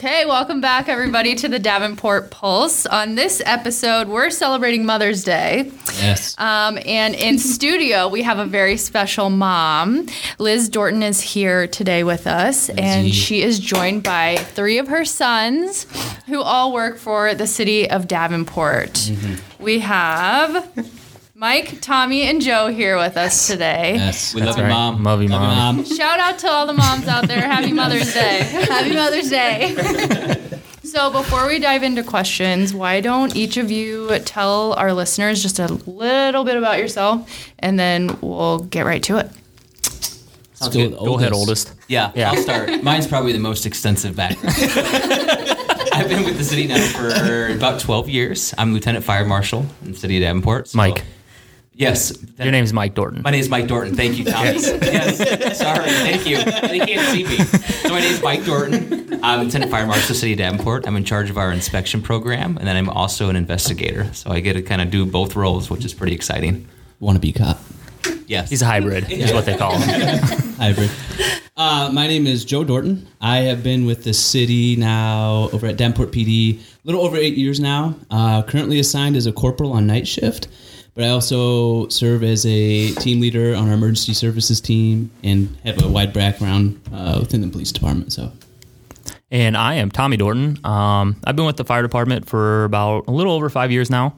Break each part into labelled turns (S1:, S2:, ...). S1: Hey, welcome back, everybody, to the Davenport Pulse. On this episode, we're celebrating Mother's Day.
S2: Yes.
S1: Um, and in studio, we have a very special mom. Liz Dorton is here today with us, and
S2: Lizzie.
S1: she is joined by three of her sons who all work for the city of Davenport.
S2: Mm-hmm.
S1: We have Mike, Tommy, and Joe here with us today.
S2: yes. We
S3: That's
S2: love you,
S3: right.
S2: mom.
S3: Love you, Mom.
S1: Shout out to all the moms out there. Happy Mother's Day. Happy Mother's Day. so, before we dive into questions, why don't each of you tell our listeners just a little bit about yourself and then we'll get right to it.
S2: Sounds
S3: Go-
S2: good.
S3: go ahead, oldest.
S2: Yeah,
S3: Yeah.
S2: I'll start. Mine's probably the most extensive background. I've been with the city now for about 12 years. I'm Lieutenant Fire Marshal in the city of Davenport. so-
S3: Mike.
S2: Yes.
S3: Your name's Mike Dorton.
S2: My name is Mike Dorton. Thank you, Tommy. Yes. Sorry. Thank you. They can't see me. So my name is Mike Dorton. I'm Lieutenant Fire Marshal, City of Davenport. I'm in charge of our inspection program, and then I'm also an investigator. So I get to kind of do both roles, which is pretty exciting.
S4: wannabe cop
S2: Yes.
S3: He's a hybrid, is what they call him.
S4: hybrid. Uh, my name is Joe Dorton. I have been with the city now over at Danport PD a little over eight years now. Uh, currently assigned as a corporal on night shift, but I also serve as a team leader on our emergency services team and have a wide background uh, within the police department. So
S3: And I am Tommy Dorton. Um, I've been with the fire department for about a little over five years now.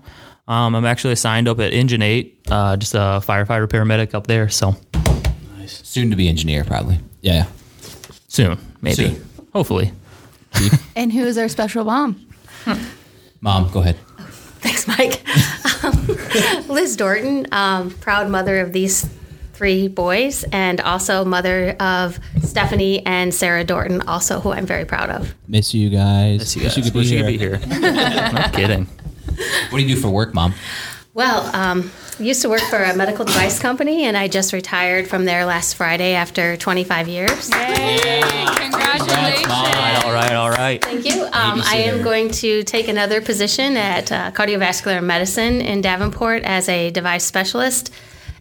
S3: Um, I'm actually assigned up at Engine 8, uh, just a firefighter paramedic up there. So
S2: Soon to be engineer, probably.
S4: yeah,
S3: soon, maybe.
S2: Soon.
S3: Hopefully.
S5: And who is our special mom?
S2: Mom, go ahead.
S6: Thanks, Mike. Um, Liz Dorton, um, proud mother of these three boys, and also mother of Stephanie and Sarah Dorton, also who I'm very proud of.
S4: miss you guys. Miss
S3: Wish you could be here. Not kidding.
S2: What do you do for work, Mom?
S6: Well, um, used to work for a medical device company, and I just retired from there last Friday after 25 years.
S1: Congratulations.
S3: All right, all right.
S6: Thank you. Um, I am going to take another position at uh, cardiovascular medicine in Davenport as a device specialist.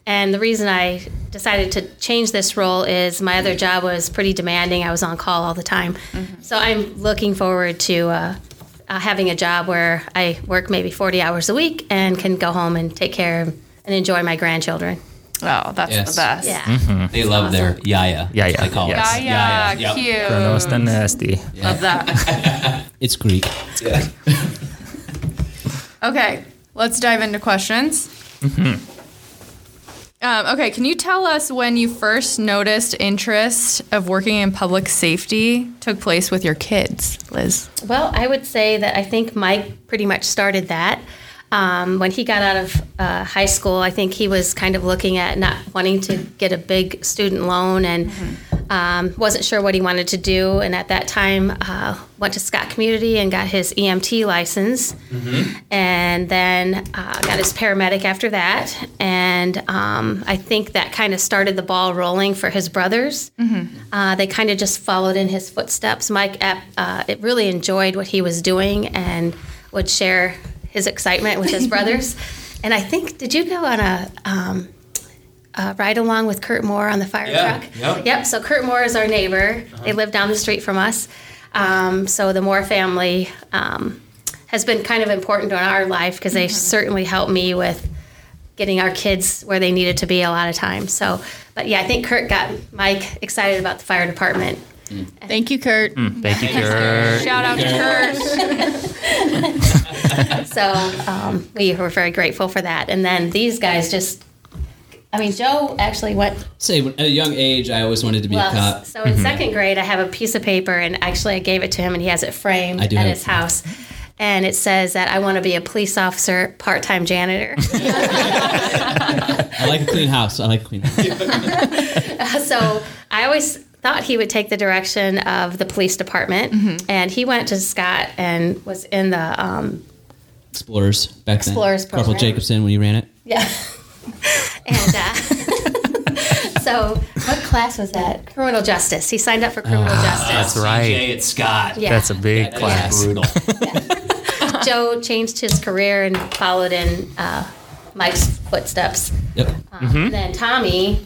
S6: And the reason I decided to change this role is my other job was pretty demanding. I was on call all the time. So I'm looking forward to uh, uh, having a job where I work maybe 40 hours a week and can go home and take care of and enjoy my grandchildren.
S1: Oh, that's
S2: Yes.
S1: the best.
S6: Yeah.
S2: They love their yaya.
S3: Yaya,
S2: They call
S3: yes.
S2: it.
S1: Yeah,
S2: Yaya. Yep.
S1: cute.
S3: Kronos the nasty.
S1: Love that.
S4: It's Greek.
S1: Okay, let's dive into questions. Um, okay, can you tell us when you first noticed interest of working in public safety took place with your kids, Liz?
S6: Well, I would say that I think Mike pretty much started that. Um, when he got out of uh, high school, I think he was kind of looking at not wanting to get a big student loan and um, wasn't sure what he wanted to do. And at that time, uh, went to Scott Community and got his EMT license, and then uh, got his paramedic after that. And um, I think that kind of started the ball rolling for his brothers. Uh, they kind of just followed in his footsteps. Mike Epp, uh, it really enjoyed what he was doing and would share his excitement with his brothers. And I think, did you go on a, um, a ride along with Kurt Moore on the fire
S2: Yeah, Uh-huh.
S6: truck?
S2: yep.
S6: Yep. So Kurt Moore is our neighbor. They live down the street from us. Um, so the Moore family um, has been kind of important in our life because they certainly helped me with getting our kids where they needed to be a lot of times. So, but yeah, I think Kurt got Mike excited about the fire department.
S5: Thank you, Kurt.
S3: Thank you, Kurt.
S1: Shout out to Kurt.
S6: So um, we were very grateful for that. And then these guys just, I mean, Joe actually went
S4: Say at a young age, I always wanted to be a
S6: well.
S4: cop.
S6: So in second grade, I have a piece of paper, and actually, I gave it to him, and he has it framed
S4: I do
S6: at
S4: have
S6: his
S4: it framed.
S6: house. And it says that I want to be a police officer, part time janitor.
S4: I like a clean house. I like a clean house.
S6: so I always thought he would take the direction of the police department, and he went to Scott and was in the um,
S4: Explorers back then.
S6: Explorers
S4: Corporal
S6: program.
S4: Jacobson when he ran it.
S6: yeah. and uh, so, what class was that? Criminal justice. He signed up for criminal
S3: Ah,
S6: justice.
S3: That's right.
S2: CJ, it's Scott.
S6: Yeah.
S3: That's a big class.
S2: Brutal.
S6: Joe changed his career and followed in uh, Mike's footsteps.
S4: Yep.
S6: Um,
S3: Hmm?
S6: Then Tommy,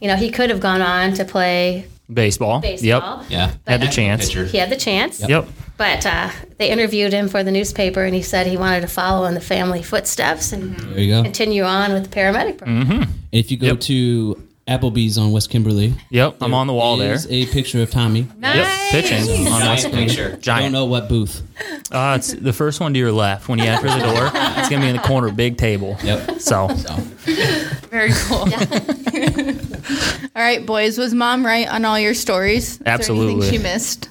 S6: you know, he could have gone on to play
S3: Baseball.
S6: baseball.
S3: Yep.
S2: Yeah.
S3: Had the chance.
S2: Pitcher.
S6: He had the chance.
S3: Yep.
S6: But uh, they interviewed him for the newspaper, and he said he wanted to follow in the family footsteps and
S4: There you go.
S5: Mm-hmm.
S4: And
S6: continue on with the paramedic program.
S3: Mm-hmm.
S4: if you go
S3: Yep.
S4: to Applebee's on West Kimberly,
S3: Yep, I'm on the wall there.
S4: is a picture of Tommy.
S3: Yep, pitching on West
S2: Giant picture.
S4: I don't
S3: Giant.
S4: know what booth.
S3: Uh, it's the first one to your left when you enter the door. It's gonna be in the corner, big table.
S4: Yep.
S3: So
S1: Very cool.
S5: All right, boys. Was mom right on all your stories? Is there anything
S3: Absolutely.
S5: she missed.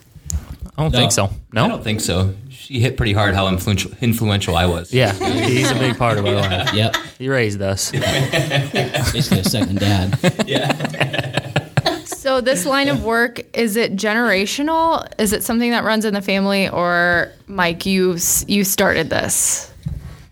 S3: I don't
S4: No.
S3: think so. No.
S2: I don't think so. She hit pretty hard how influential, influential I was.
S3: Yeah, he's a big part of our life.
S4: Yep.
S3: He raised us.
S4: Basically a second dad.
S1: So this line of work is it generational? Is it something that runs in the family, or Mike, you s- you started this?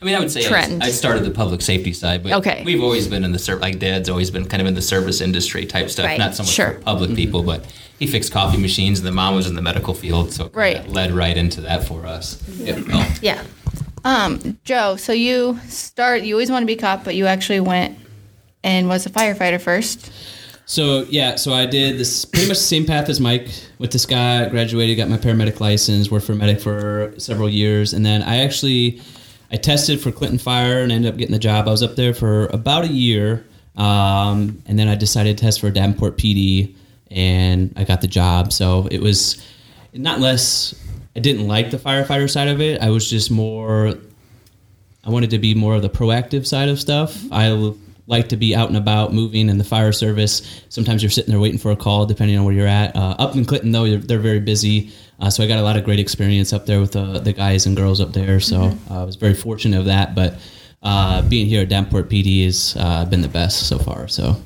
S2: I mean, I would say
S1: Trend.
S2: I, I started the public safety side, but
S1: Okay.
S2: we've always been in the service. Like Dad's always been kind of in the service industry type stuff,
S6: Right.
S2: not so much
S1: Sure. Mm-hmm.
S2: for public people, but he fixed coffee machines, and the mom was in the medical field, so it kinda
S1: Right. Mm-hmm.
S2: led right into that for us. Yeah.
S6: Yeah.
S5: Joe, so you start. You always want to be a cop, but you actually went and was a firefighter first.
S4: So yeah, so I did this pretty much the same path as Mike with this guy. Graduated, got my paramedic license, worked for a medic for several years, and then I actually I tested for Clinton Fire and ended up getting the job. I was up there for about a year, um, and then I decided to test for Davenport PD, and I got the job. So it was not less. I didn't like the firefighter side of it. I was just more I wanted to be more of the proactive side of stuff. I l- like to be out and about, moving in the fire service. Sometimes you're sitting there waiting for a call, depending on where you're at. Uh, up in Clinton, though, you're, they're very busy. Uh, so I got a lot of great experience up there with uh, the, the guys and girls up there. So uh, I was very fortunate of that. But uh, being here at Davenport PD has uh, been the best so far. So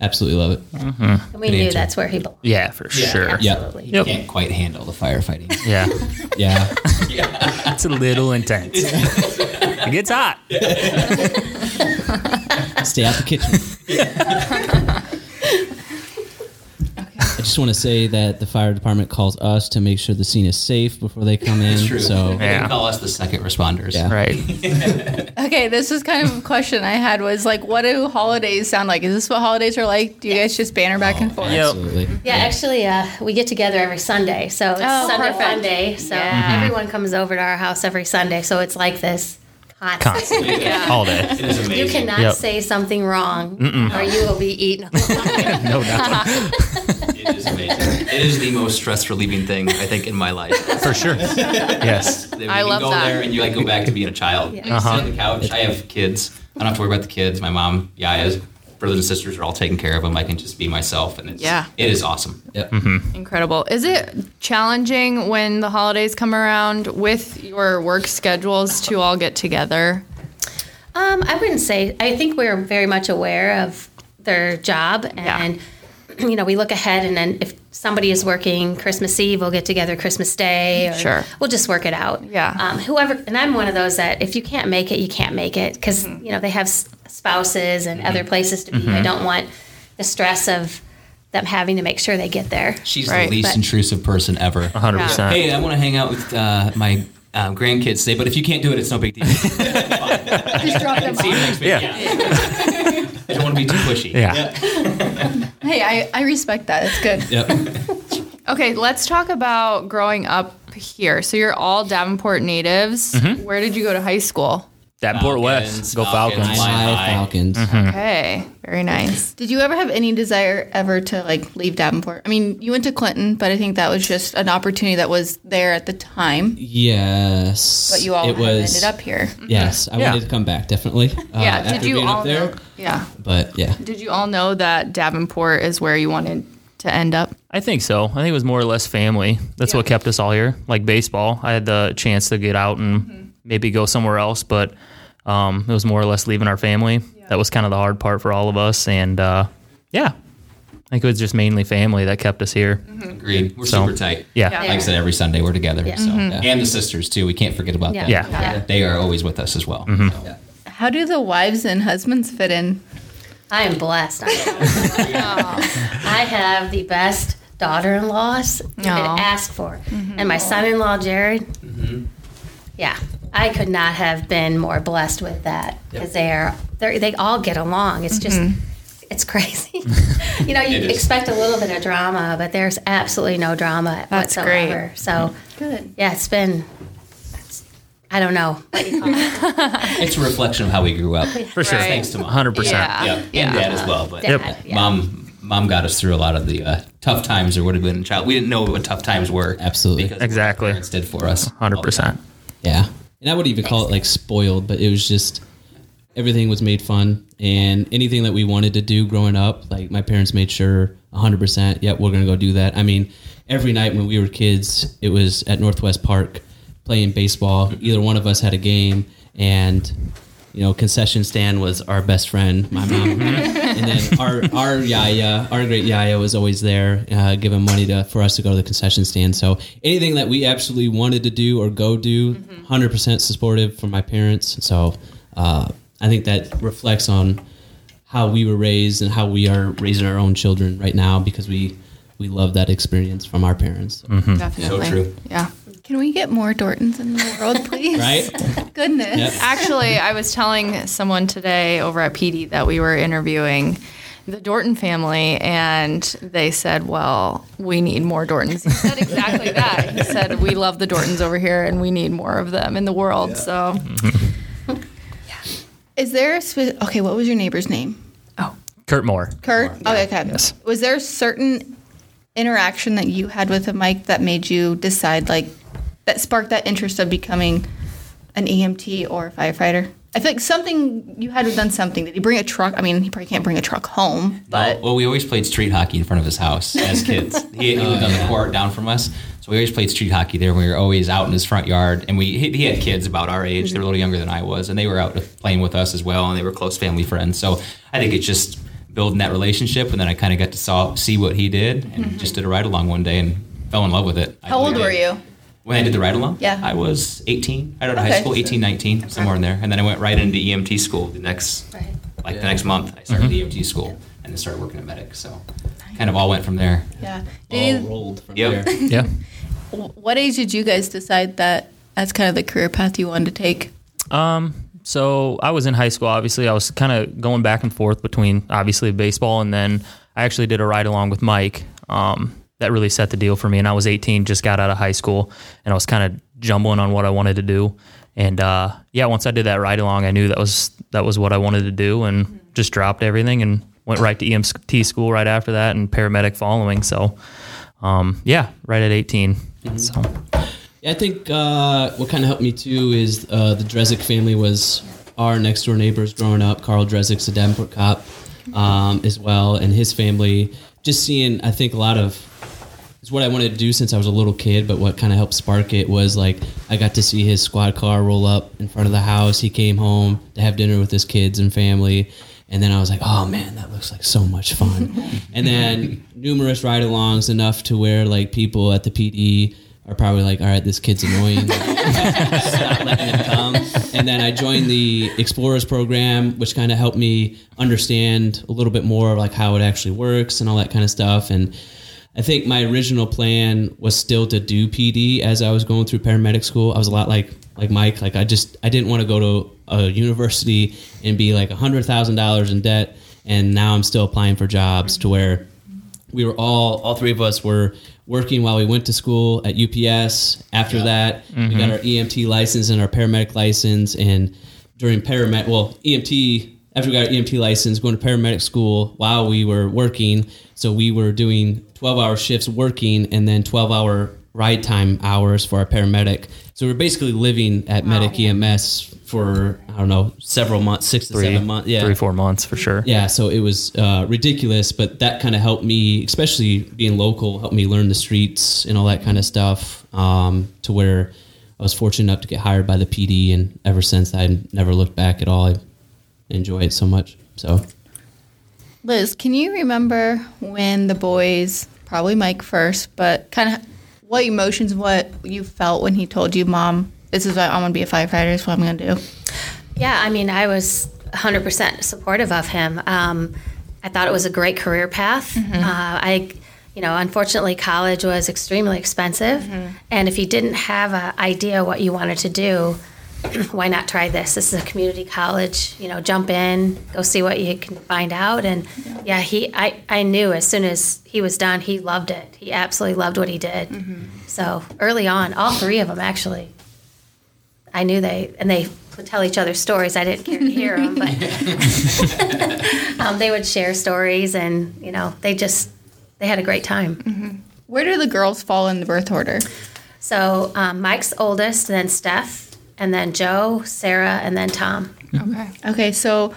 S4: absolutely love it.
S6: And we knew that's where he belonged.
S3: Yeah, for sure.
S4: Yeah.
S6: Absolutely.
S3: Yep.
S2: Can't quite handle the firefighting.
S3: Yeah,
S4: Yeah.
S3: it's a little intense. It gets hot.
S4: Stay out the kitchen. I just want to say that the fire department calls us to make sure the scene is safe before they come in.
S2: True.
S4: So
S2: They
S3: Yeah.
S2: call us the second responders.
S4: Yeah.
S3: Right.
S5: Okay, this was kind of a question I had was like, what do holidays sound like? Is this what holidays are like? Do you guys just banter back and forth?
S3: Yep.
S4: absolutely.
S6: Yeah, actually, uh, we get together every Sunday. So it's
S5: Oh,
S6: Sunday
S5: perfect.
S6: fun day. So
S3: Mm-hmm.
S6: everyone comes over to our house every Sunday. So it's like this constant.
S3: Constant. All day.
S2: It is amazing.
S6: You cannot
S3: Yep.
S6: say something wrong or you will be eaten alive.
S3: No doubt.
S2: It is amazing. It is the most stress relieving thing I think in my life.
S3: For sure. Yes.
S2: That Uh-huh.
S1: I
S2: you
S1: love
S2: go
S1: that.
S2: there and you like go back to being a child.
S6: Yeah.
S2: You sit on the couch. I have kids. I don't have to worry about the kids. My mom, Yaya's brothers and sisters are all taken care of them. I can just be myself, and it's,
S1: Yeah.
S2: it is awesome. Mm-hmm. Yep.
S1: Incredible. Is it challenging when the holidays come around with your work schedules to all get together?
S6: Um, I wouldn't say. I think we're very much aware of their job, and you know, we look ahead, and then if somebody is working Christmas Eve, we'll get together Christmas Day, or
S1: Sure.
S6: we'll just work it out.
S1: Yeah.
S6: Um, whoever, and I'm one of those that if you can't make it, you can't make it because you know they have s- spouses and other places to be. I don't want the stress of them having to make sure they get there.
S2: She's
S1: Right,
S2: the least
S6: but-
S2: intrusive person ever.
S3: 100%.
S2: Hey, I want to hang out with uh, my um, grandkids today, but if you can't do it, it's no big deal. See
S5: Just drop them
S2: you next
S5: off.
S2: week.
S3: Yeah.
S2: I don't want to be too pushy.
S3: Yeah.
S5: Hey, I, I respect that. It's good.
S4: Yep.
S1: Okay, let's talk about growing up here. So you're all Davenport natives. Where did you go to high school?
S3: Davenport West.
S2: Falcons,
S3: Go
S2: Falcons.
S3: Falcons.
S2: Fly
S4: Fly
S2: high.
S4: Falcons.
S1: Okay, very nice.
S5: Did you ever have any desire ever to like leave Davenport? I mean, you went to Clinton, but I think that was just an opportunity that was there at the time.
S4: Yes.
S5: But you all
S4: it
S5: have
S4: was,
S5: ended up here.
S4: Yes, I
S3: Yeah.
S4: wanted to come back definitely. Uh,
S1: yeah,
S4: after
S1: did you
S4: being up
S1: all
S4: there?
S1: know? Yeah.
S4: But yeah,
S1: Did you all know that Davenport is where you wanted
S5: Mm-hmm.
S1: to end up?
S3: I think so. I think it was more or less family. That's what kept us all here. Like baseball, I had the chance to get out and
S1: Mm-hmm.
S3: maybe go somewhere else, but um, it was more or less leaving our family. That was kind of the hard part for all of us. And uh, yeah, I think it was just mainly family that kept us here.
S1: Mm-hmm.
S2: Agreed. We're
S3: So-
S2: super tight.
S3: Yeah.
S6: Yeah.
S2: Like I said, every Sunday we're together.
S6: Yeah. Mm-hmm.
S2: So. And the sisters, too. We can't forget about
S6: Yeah.
S2: that.
S3: Yeah. Mm-hmm.
S6: Yeah.
S2: They are always with us as well. So.
S5: How do the wives and husbands fit in?
S6: I am blessed. I have the best daughter-in-laws you could
S1: Aw. Mm-hmm.
S6: ask for, and my son-in-law Jared.
S2: Mm-hmm.
S6: Yeah, I could not
S1: Mm-hmm.
S6: have been more blessed with that because they are they're- they all get along. It's just it's crazy. you know, you
S2: It is.
S6: expect a little bit of drama, but there's absolutely no drama
S1: That's great.
S6: whatsoever. So
S5: Good.
S6: yeah, it's been. it's- I don't know.
S2: It's a reflection of how we grew up.
S3: for sure.
S1: Right.
S2: Thanks to mom.
S3: 100%.
S1: Yeah.
S2: Yeah, and dad
S5: Uh-huh.
S2: as well. But
S6: Dad,
S3: Yep.
S6: yeah.
S2: mom, mom got us through a lot of the uh, tough times. There would have been child. We didn't know what tough times were.
S4: Absolutely.
S2: because of what
S3: Exactly.
S2: our parents did for us.
S3: 100%.
S4: Yeah. And I wouldn't even call it like spoiled, but it was just everything was made fun. And anything that we wanted to do growing up, like my parents made sure 100%, yep, we're going to go do that. I mean, every night when we were kids, it was at Northwest Park playing baseball. Either one of us had a game, and, you know, concession stand was our best friend, my mom. and then our, our Yaya, our great Yaya, was always there uh, giving money to, for us to go to the concession stand. So anything that we absolutely wanted to do or go do, 100% supportive from my parents. So uh, I think that reflects on how we were raised and how we are raising our own children right now because we we love that experience from our parents,
S1: Definitely.
S2: So true.
S1: Yeah.
S5: Can we get more Dortons in the world, please?
S4: right?
S5: Goodness.
S4: Yep.
S1: Actually, I was telling someone today over at PD that we were interviewing the Dorton family, and they said, Well, we need more Dortons. He said exactly that. He said, We love the Dortons over here, and we need more of them in the world. So,
S5: Is there a spe- okay? What was your neighbor's name?
S3: Kurt Moore.
S5: Kurt. Okay. Okay. Yes. Was there a certain interaction that you had with a Mike that made you decide, like, that sparked that interest of becoming an EMT or a firefighter? I feel like something you had to have done something. Did he bring a truck? I mean, he probably can't bring a truck home, but
S2: Well, well, we always played street hockey in front of his house as kids. He, he lived on the court down from us, so we always played street hockey there. We were always out in his front yard, and we he, he had kids about our age. They were a little younger than I was, and they were out playing with us as well, and they were close family friends. So I think it's just building that relationship, and then I kind of got to saw, see what he did, and just did a ride along one day and fell in love with it. I
S5: Mm-hmm. how old
S2: really
S5: were
S2: did.
S5: you?
S2: When I did the ride along?
S5: Yeah.
S2: I was 18. I don't know,
S5: Okay.
S2: high school, 18, 19, somewhere in there. And then I went right into EMT school the next,
S6: Right.
S2: like the next month. I
S3: Mm-hmm.
S2: started EMT school and then started working at Medic. So kind of all went from there.
S5: Yeah.
S4: All
S5: Did he-
S4: rolled from
S2: Yep.
S4: there.
S3: Yeah.
S5: what age did you guys decide that that's kind of the career path you wanted to take?
S3: So I was in high school. Obviously, I was kind of going back and forth between obviously baseball and then I actually did a ride along with Mike. Um, that really set the deal for me. And I was 18, just got out of high school, and I was kind of jumbling on what I wanted to do. And uh, yeah, once I did that ride along, I knew that was that was what I wanted to do,
S4: Mm-hmm.
S3: and just dropped everything and went right to E EMT school right after that, and paramedic following. So um, yeah, right at 18.
S4: Mm-hmm.
S3: So
S4: Yeah, I think uh, what kind of helped me too is uh, the Dresick family was our next door neighbors growing up. Carl Dresick's a Davenport cop um, as well, and his family. Just seeing, I think a lot of it's what I wanted to do since I was a little kid. But what kind of helped spark it was like I got to see his squad car roll up in front of the house. He came home to have dinner with his kids and family. And then I was like, oh man, that looks like so much fun. and then numerous ride alongs enough to where like people at the PD are probably like, all right, this kid's annoying. Stop letting him come. And then I joined the Explorers program, which kind of helped me understand a little bit more of like how it actually works and all that kind of stuff. And I think my original plan was still to do PD as I was going through paramedic school. I was a lot like like Mike. Like I just I didn't want to go to a university and be like hundred thousand dollars in debt. And now I'm still applying for jobs to where we were all all three of us were working while we went to school at UPS. After that, we got our EMT license and our paramedic license, and during paramedic, well, EMT. After we got our EMT license, going to paramedic school while we were working. So we were doing 12 hour shifts working and then 12 hour ride time hours for our paramedic. So we were basically living at Medic EMS for, I don't know, several months, six to
S3: three,
S4: seven months. Yeah
S3: three, four months for sure.
S4: yeah so it was uh, ridiculous but that kind of helped me especially being local helped me learn the streets and all that kind of stuff um, to where i was fortunate enough to get hired by the pd and ever since i never looked back at all i enjoy it so much so
S5: Liz, can you remember when the boys, probably Mike first, but kind of what emotions, what you felt when he told you, Mom, this is what I'm going to be a firefighter, this is what I'm going to do?
S6: Yeah, I mean, I was 100% supportive of him. Um, I thought it was a great career path. Uh, I, you know, unfortunately, college was extremely expensive, and if you didn't have an idea what you wanted to do, why not try this? This is a community college. You know, jump in, go see what you can find out. And yeah, he, I, I knew as soon as he was done, he loved it. He absolutely loved what he did. So early on, all three of them actually, I knew they, and they would tell each other stories. I didn't care to hear them, but um, they would share stories, and you know, they just, they had a great time.
S5: Where do the girls fall in the birth order?
S6: So um, Mike's oldest, then Steph, and then Joe, Sarah, and then Tom.
S1: Okay.
S5: Okay, so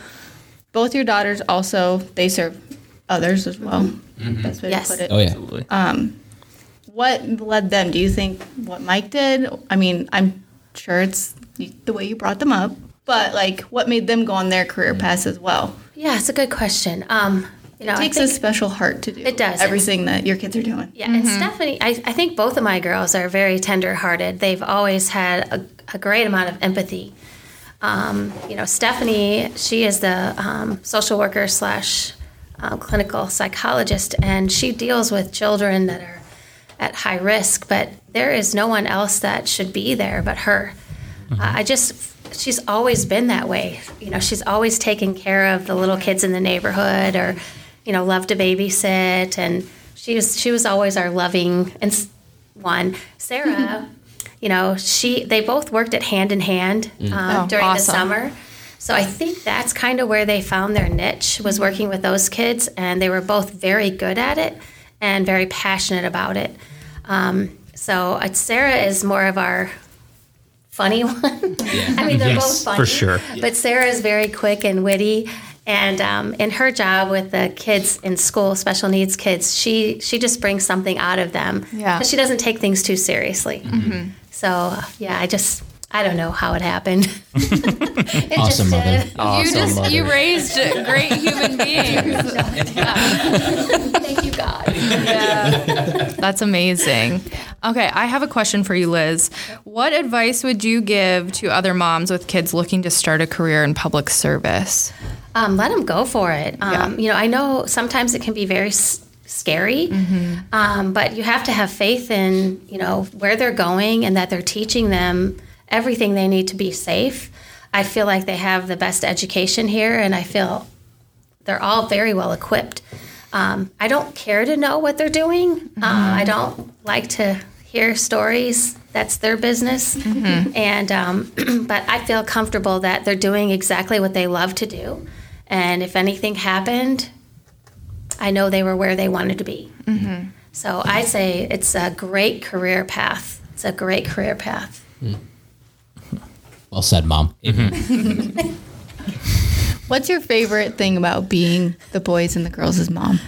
S5: both your daughters also they serve others as well. Best way
S6: Yes.
S5: to put it.
S4: Oh yeah.
S5: What led them? Do you think what Mike did? I mean, I'm sure it's the way you brought them up, but like, what made them go on their career path as well?
S6: Yeah, it's a good question. Um, you know,
S5: It
S6: I
S5: takes a
S6: think-
S5: special heart to do.
S6: It does.
S5: everything that your kids are doing.
S6: Yeah, and Stephanie, I, I think both of my girls are very tender-hearted. They've always had a, a great amount of empathy. Um, you know, Stephanie, she is the um, social worker slash um, clinical psychologist, and she deals with children that are at high risk. But there is no one else that should be there but her. Uh, I just, she's always been that way. You know, she's always taken care of the little kids in the neighborhood or, you know, loved to babysit. And she was, she was always our loving and s- one. Sarah, you know, she, they both worked at hand in hand
S3: Mm.
S6: um,
S1: Oh,
S6: during
S1: awesome.
S6: the summer. So I think that's kind of where they found their niche
S1: Mm-hmm.
S6: was working with those kids. And they were both very good at it and very passionate about it. Um, so uh, Sarah is more of our funny one. I mean, they're both funny
S3: for sure.
S6: But Sarah is very quick and witty, and um, in her job with the kids in school, special needs kids, she she just brings something out of them.
S1: Yeah.
S6: 'Cause she doesn't take things too seriously. So yeah, I just I don't know how it happened. it
S4: Awesome
S6: just
S4: mother.
S6: did.
S1: you just you raised great human beings.
S6: Thank you, God.
S1: That's amazing. Okay, I have a question for you, Liz. What advice would you give to other moms with kids looking to start a career in public service?
S6: um, let them go for it. Um, You know, I know sometimes it can be very s- scary, um, but you have to have faith in you know where they're going and that they're teaching them everything they need to be safe. I feel like they have the best education here, and I feel they're all very well equipped. Um, I don't care to know what they're doing. Uh, I don't like to hear stories. That's their business. And um, but I feel comfortable that they're doing exactly what they love to do. And if anything happened, I know they were where they wanted to be. So I say it's a great career path. It's a great career path.
S4: Well said, mom.
S5: What's your favorite thing about being the boys and the girls' mom?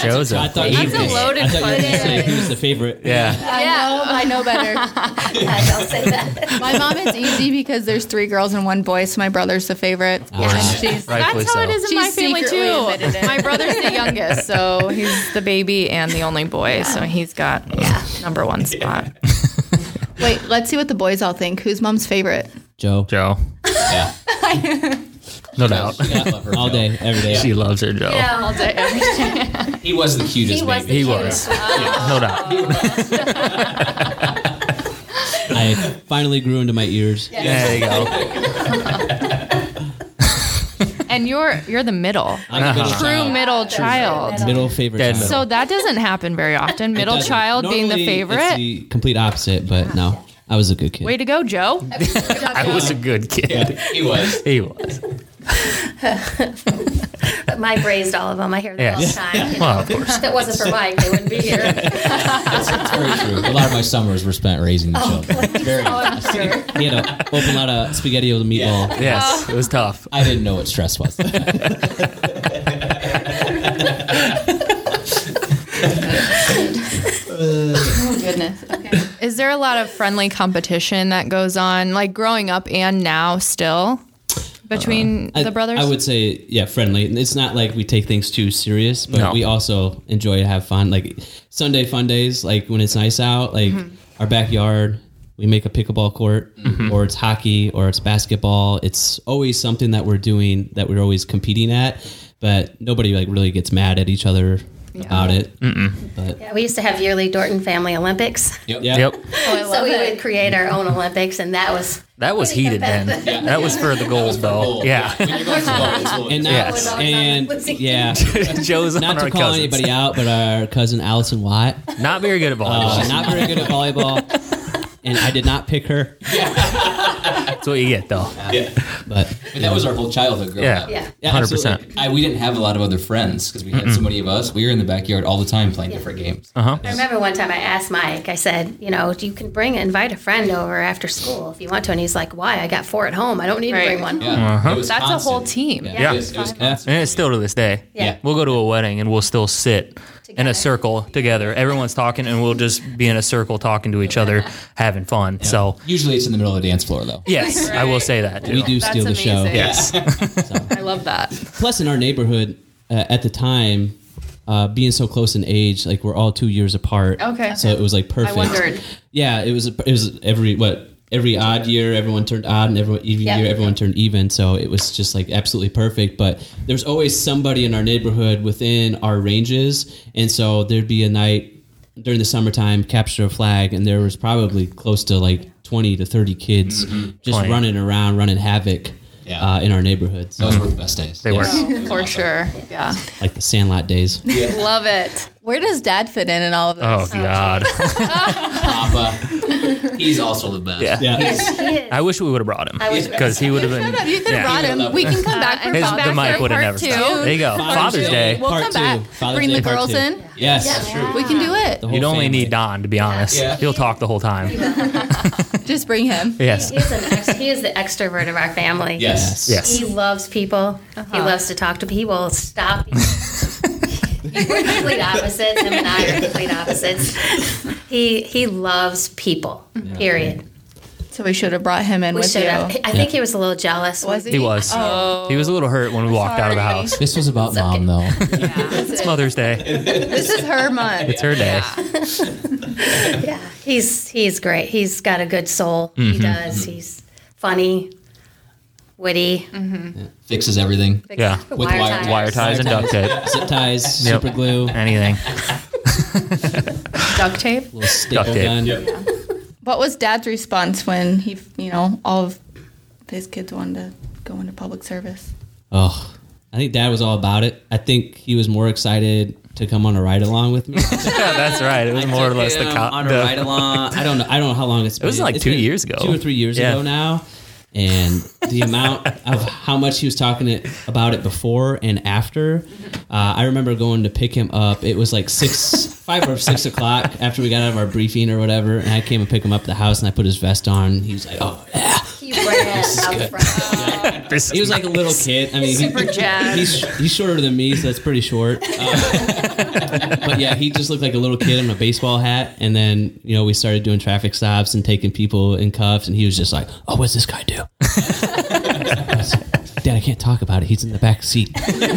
S3: Joe's
S4: I
S3: a
S4: thought you were
S1: That's a
S4: gonna say-
S1: loaded
S4: I thought you were gonna say
S1: question.
S4: who's the favorite.
S3: Mm-hmm. yeah.
S5: Yeah, I know better.
S6: I don't say that.
S5: My mom is easy because there's three girls and one boy, so my brother's the favorite. And she's
S3: Rightfully
S1: That's how it
S3: so.
S1: is in
S5: She
S1: my family
S5: secretly admitted
S1: too. My brother's the youngest, so he's the baby and the only boy, so he's got number one spot.
S5: wait, let's see what the boys all think. Whose mom's favorite?
S4: Joe.
S3: Joe.
S2: Yeah.
S3: No doubt.
S4: All day, every day.
S3: She loves her Joe.
S6: Yeah.
S2: He was the cutest
S6: He was
S2: baby.
S3: He was. No doubt.
S4: I finally grew into my ears.
S3: There you go.
S1: And you're you're the middle.
S4: I'm a middle
S3: Uh-huh.
S1: True
S4: child.
S1: middle child.
S4: Middle favorite.
S3: Dead
S4: child.
S3: middle.
S1: So that doesn't happen very often.
S4: It
S1: Middle
S4: doesn't-
S1: child being the
S4: normally It's
S1: favorite.
S4: the complete opposite, but no, I was a good kid.
S1: Way to go, Joe.
S3: I was a good kid.
S2: He was.
S3: He was.
S6: But Mike raised all of them. I hear that
S3: Yes.
S6: all the time. you know.
S3: Well, of course.
S6: If it wasn't for Mike, they wouldn't be here.
S4: That's very true. A lot of my summers were spent raising the children. Very.
S6: I'm sure.
S4: He had an open lot of spaghetti with a meatball.
S3: Yes, it was tough.
S4: I didn't know what stress was.
S5: Oh goodness. Okay.
S1: Is there a lot of friendly competition that goes on, like growing up and now still, between
S4: Uh, I-
S1: the brothers?
S4: I would say, yeah, friendly. And It's not like we take things too serious, but
S3: No.
S4: we also enjoy to have fun. Like Sunday fun days, like when it's nice out, like our backyard, we make a pickleball court,
S3: Mm-hmm.
S4: or it's hockey, or it's basketball. It's always something that we're doing that we're always competing at, but nobody like really gets mad at each other about it. But
S6: Yeah, we used to have yearly Dorton Family Olympics.
S4: yep.
S3: Yep.
S4: Oh,
S6: so we would create our own Olympics, and that was
S3: That was
S6: Pretty
S3: heated then.
S6: competitive.
S3: That was for the gold, though. Yeah.
S2: When you're going slow, it's slow.
S4: And now,
S3: Yes.
S4: and yeah,
S3: Joe's on
S4: not
S3: our
S4: to call
S3: cousins.
S4: anybody out, but our cousin Allison Watt,
S3: Not very good at volleyball.
S4: uh, not very good at volleyball, and I did not pick her.
S3: That's what you get, though.
S2: yeah.
S4: But
S2: But that was our whole childhood growing
S3: Yeah.
S2: up.
S6: yeah.
S4: Yeah,
S3: 100%.
S4: absolutely.
S2: I, we didn't have a lot of other friends because we had so many of us. We were in the backyard all the time playing different games.
S3: Uh-huh.
S6: I remember one time I asked Mike, I said, you know, you can bring invite a friend over after school if you want to. And he's like, why? I got four at home. I don't need
S1: Right.
S6: to bring one. home."
S3: Uh-huh.
S2: Yeah, it was
S1: That's a whole team.
S2: Yeah,
S3: Yeah.
S2: it was, it was
S1: Yeah.
S2: constant.
S3: And it's still to this day.
S6: Yeah.
S3: We'll go to a wedding and we'll still sit in
S6: Together.
S3: a circle together. Everyone's talking and we'll just be in a circle talking to each other, having fun. So,
S2: Usually, it's in the middle of the dance floor though.
S3: yes, I will
S1: Right.
S3: say that. Too.
S4: we do
S1: That's
S4: steal the show.
S1: amazing.
S3: Yes.
S1: I love that.
S4: Plus, in our neighborhood uh, at the time, uh, being so close in age, like we're all two years apart.
S1: Okay.
S4: So it was like
S1: I
S4: perfect.
S1: wondered.
S4: Yeah, it was. It was every what every odd year everyone turned odd, and everyone even
S6: Yeah.
S4: year everyone turned even. So it was just like absolutely perfect. But there's always somebody in our neighborhood within our ranges, and so there'd be a night during the summertime capture a flag, and there was probably close to like 20 to 30 kids just
S3: Playing.
S4: running around, running havoc.
S2: Yeah.
S4: Uh, in our neighborhood, so
S2: Those were the best days.
S3: They were.
S1: For sure. Yeah.
S4: like the Sandlot days.
S1: Love it.
S5: Where does dad fit in in all of this?
S3: Oh, God.
S2: Papa, he's also the best.
S3: Yeah.
S4: Yeah.
S3: I wish we would have brought him
S6: wish-
S3: because he would have been.
S5: You could have
S3: yeah.
S5: brought him. We can come back for
S3: His,
S5: Father's
S3: the mic
S5: Day
S3: would have
S5: part
S3: never
S5: two.
S3: stopped. There you go.
S4: Father's
S3: Father's
S4: Day.
S3: Day.
S5: We'll
S4: Part
S5: come back.
S4: two. Father's
S5: Bring
S4: Day
S5: the
S4: part
S5: girls
S4: two.
S5: in.
S4: Yes,
S5: We can do it.
S4: The
S3: You'd
S4: whole
S3: only
S4: family.
S3: need Don, to be honest.
S2: Yeah.
S3: He'll talk the whole time.
S5: Just bring him.
S3: Yes.
S6: He's an ex- he is the extrovert of our family.
S2: Yes.
S4: Yes.
S3: Yes.
S6: He loves people. He loves to talk to people. He will stop. We're complete opposites. Him and I are complete opposites. He he loves people. Period.
S5: So we should have brought him in
S6: We
S5: with
S6: should
S5: you. Oh.
S6: have. I think he was a little jealous.
S5: Was
S3: He was. He was a little hurt when we walked out of the
S5: Sorry.
S3: house.
S4: This was about mom, though.
S3: It's Mother's Day.
S5: This is her month.
S3: It's her day.
S6: Yeah, he's he's great. He's got a good soul. He does. He's funny, witty.
S2: Fixes everything.
S3: Yeah.
S6: Wire
S2: With wire-
S6: ties.
S3: Wire ties and duct tape.
S4: Zip ties,
S3: Yep.
S4: super glue,
S3: Anything.
S1: Duct tape.
S4: little staple
S3: Duct tape.
S4: gun.
S5: What was dad's response when he, you know, all of his kids wanted to go into public service?
S4: Oh, I think dad was all about it. I think he was more excited to come on a ride along with me.
S3: Yeah, that's right. It was more or less the
S4: Yeah,
S3: cop.
S4: on a ride along. I don't know. I don't know how long it's been.
S3: was like
S4: It's
S3: two
S4: been
S3: years ago.
S4: two or three years
S3: Yeah.
S4: ago now. And the amount of how much he was talking it, about it before and after, uh, I remember going to pick him up. It was like six, five or six o'clock after we got out of our briefing or whatever, and I came and picked him up at the house, and I put his vest on. And he was like, "Oh, yeah."
S6: He ran out front.
S3: This
S4: he was like a little kid. I mean, he-
S1: Super jazzed.
S4: he's he's shorter than me, so that's pretty short. Uh, but yeah, he just looked like a little kid in a baseball hat. And then you know we started doing traffic stops and taking people in cuffs, and he was just like, "Oh, what's this guy do?" I was like, Dad, I can't talk about it. He's in the back seat.
S3: you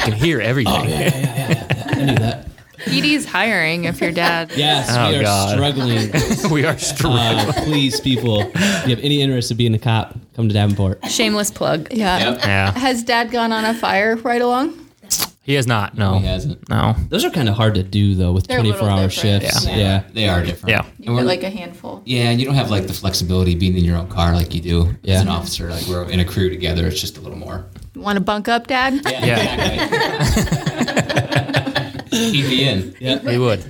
S3: can hear everything.
S4: Oh, I knew that.
S1: PD's hiring if your dad.
S4: Yes,
S3: Oh,
S4: we are
S3: God.
S4: struggling.
S3: we are struggling.
S4: Uh, please, people, if you have any interest in being a cop, come to Davenport.
S1: Shameless plug.
S5: Yeah.
S2: Yep.
S3: yeah.
S5: Has dad gone on a fire ride along?
S3: He has not. No.
S2: He hasn't.
S3: No.
S4: Those are kind of hard to do though with
S5: They're a little
S4: 24 hour
S5: different.
S4: shifts.
S2: Yeah.
S4: yeah.
S2: They are different.
S3: Yeah.
S5: You
S2: And we're
S5: get
S2: like,
S5: like a handful.
S2: yeah, and you don't have like the flexibility being in your own car like you do
S4: Yeah.
S2: as an officer. Like we're in a crew together. It's just a little more.
S5: Want to bunk up, dad?
S3: Yeah.
S2: Keep me in.
S3: He would.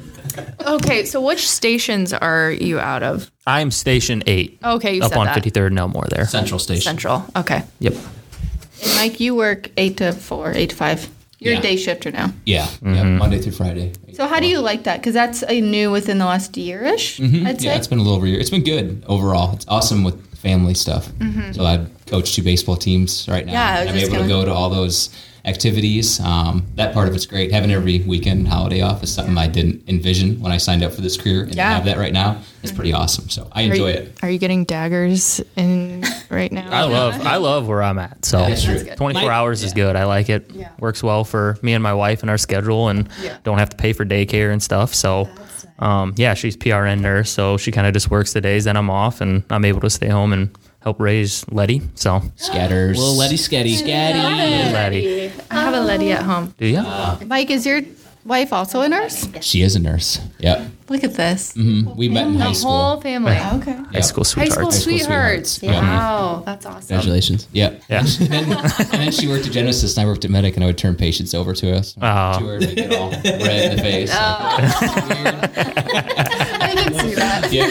S1: Okay, so which stations are you out of?
S3: I'm station eight.
S1: Okay, you
S3: Up
S1: said
S3: on
S1: that.
S3: 53rd and Elmore there.
S2: Central Station.
S1: Central. Okay.
S3: Yep.
S5: And Mike, you work eight to four, eight to five. You're
S2: Yeah.
S5: a day shifter now.
S2: Yeah. Yeah.
S3: Mm-hmm.
S2: Monday through Friday.
S5: So how do you like that? Because that's a new within the last year-ish, I'd say.
S2: Mm-hmm. Yeah, it's been a little over a year. It's been good overall. It's awesome with family stuff. So I coach two baseball teams right now.
S5: Mm-hmm. Yeah, I was
S2: and I'm
S5: just
S2: able to
S5: gonna-
S2: go to all those activities. Um, that part of it's great. Having every weekend and holiday off is something I didn't envision when I signed up for this career, and
S1: Yeah.
S2: to have that right now
S5: Mm-hmm.
S2: is pretty awesome. So I
S1: Are
S2: enjoy
S1: you,
S2: it.
S1: Are you getting daggers in right now?
S3: I love I love where I'm at. So
S2: Oh, That's true. That's good.
S3: 24
S4: My-
S3: hours is good. I like it. Works well for me and my wife and our schedule, and don't have to pay for daycare and stuff. So, um, yeah, she's PRN nurse, so she kind of just works the days that I'm off, and I'm able to stay home and help raise Letty. So,
S2: Scatters.
S4: Little Letty Sketty. Sketty.
S3: Letty,
S1: I have a lady at home.
S3: do you?
S5: Mike, is your wife also a nurse?
S4: She is a nurse. Yep.
S5: Look at this.
S4: Mhm. We met in
S1: The
S4: high school.
S1: whole family.
S5: Okay.
S3: High
S4: Yep.
S3: school
S1: High school
S3: sweethearts.
S1: sweethearts.
S4: sweethearts. Yeah.
S1: Wow, that's awesome.
S4: Congratulations. Yep.
S3: Yeah.
S2: And then she worked at Genesis, and I worked at Medic, and I would turn patients over to us. To
S3: Oh.
S2: her, like, get all red in the face.
S5: Oh,
S1: I didn't see that.
S4: Yeah.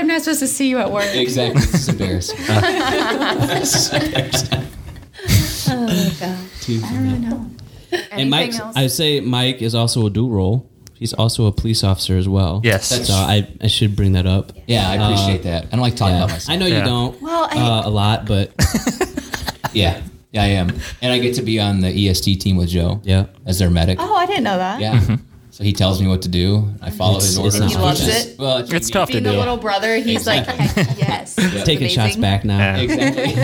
S1: I'm not supposed to see you at work.
S4: exactly. This is embarrassing. Two. And Mike's,
S1: Anything else?
S4: I would say Mike is also a dual role. He's also a police officer as well.
S3: Yes.
S4: So I, I should bring that up.
S2: Yeah, I appreciate that. I don't like talking
S4: Uh, Yeah.
S2: about myself.
S4: I know you
S3: Oh, Yeah.
S4: don't
S5: Well, I-
S4: uh, a lot, but
S2: Yeah, yeah, I am, and I get to be on the EST team with Joe.
S4: Yeah. Mm-hmm.
S2: as their medic.
S5: Oh, I didn't know that.
S2: Yeah. So he tells me what to do. I follow
S4: It's-
S2: his
S4: it's
S2: orders.
S4: not He
S5: loves
S2: which is-
S5: it.
S2: Well,
S3: It's tough to
S5: Being the
S3: do.
S5: little brother, he's like, heck yes.
S4: taking shots
S5: Amazing.
S4: back now.
S3: Yeah.
S2: Exactly.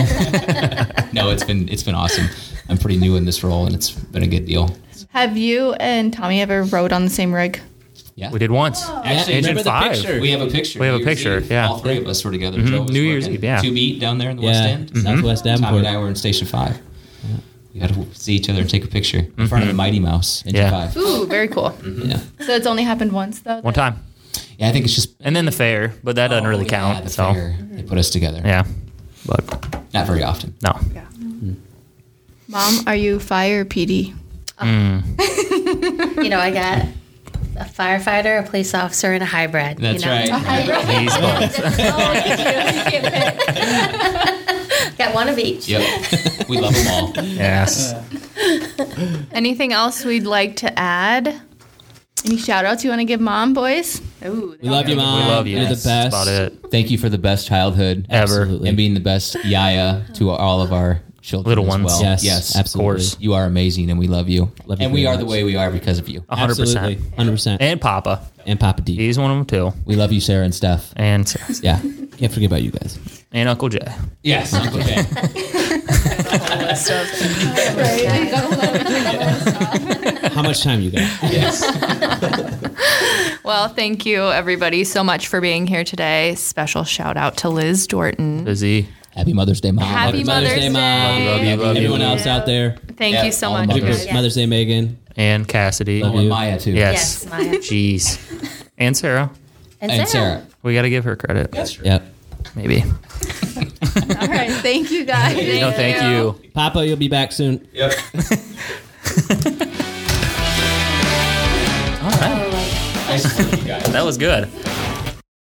S2: no, it's been it's been awesome. I'm pretty new in this role, and it's been a good deal.
S5: Have you and Tommy ever rode on the same rig?
S2: Yeah,
S3: We did once.
S2: Actually,
S3: Agent
S4: remember the
S3: five.
S4: picture?
S2: we have a picture.
S3: We have a
S2: New Year's
S3: picture,
S2: Eve,
S3: yeah. Mm-hmm.
S2: all three of us were together. Joe was
S3: New Year's
S2: working
S3: Eve, yeah. Mm-hmm.
S2: Two beat down there in the West
S4: Yeah,
S2: End,
S4: mhm. Southwest
S2: Tom
S4: Davenport.
S2: and I were in Station Five. We got to see each other and take a picture in front of the Mighty Mouse. Engine
S3: Mm-hmm. Yeah.
S2: Five.
S5: Ooh, very cool.
S4: Yeah.
S5: So it's only happened once though.
S3: One time.
S2: Yeah, I think it's just
S3: And then the fair, but that doesn't
S2: Oh,
S3: really
S2: yeah,
S3: count.
S2: the
S3: so
S2: fair. they put us together.
S3: yeah. But
S2: not very often.
S3: no.
S5: Mom, are you fire or PD?
S6: you know, I got a firefighter, a police officer, and a hybrid.
S2: That's
S6: you know?
S2: right.
S3: He's both.
S6: Oh, Got one of each.
S2: Yep, we love them all.
S3: Yes.
S1: Anything else we'd like to add?
S5: Any shout outs you want to give mom, boys?
S1: Ooh,
S4: We love you, mom.
S3: We love you.
S4: You're the
S3: That's
S4: best.
S3: about it.
S2: Thank you for the best childhood
S3: Ever.
S4: Absolutely.
S2: and being the best yaya to all of our children.
S3: Little
S2: as
S3: ones.
S2: well.
S4: Yes,
S2: yes,
S4: absolutely.
S3: Of course.
S2: You are amazing, and we love you.
S4: Love you
S2: and we
S4: very
S2: are
S4: much.
S2: the way we are because of you.
S3: 100%.
S4: Absolutely. 100%. And,
S3: And Papa.
S4: Papa D.
S3: He's one of them too.
S2: We love you, Sarah and Steph.
S3: And Sarah.
S4: Yeah. Can't forget about you guys.
S3: and Uncle Jay.
S2: Yes. Okay.
S4: How much time you got?
S2: yes.
S1: Well, thank you everybody so much for being here today. Special shout out to Liz Dorton.
S3: Busy.
S2: Happy Mother's Day, Mom.
S1: Happy
S4: Mother's
S1: Mother's
S4: Day,
S1: Day.
S4: Mom.
S3: Love you, love you.
S4: Everyone else out there.
S1: Thank
S2: Yeah,
S1: you so
S2: all
S1: much.
S2: mothers.
S1: guys.
S4: Mother's, Mother's Day, Megan.
S3: And Cassidy.
S4: Love
S2: Oh,
S4: you.
S2: and Maya too.
S3: Yes.
S6: Yes, Maya.
S3: Jeez. and Sarah.
S6: And,
S2: And Sarah.
S3: We got to give her credit. That's
S4: Yep.
S3: Maybe.
S5: All right. Thank you guys.
S3: no, thank you.
S4: Papa, you'll be back soon.
S2: Yep.
S3: All right.
S2: Nice to meet you guys.
S3: That was good.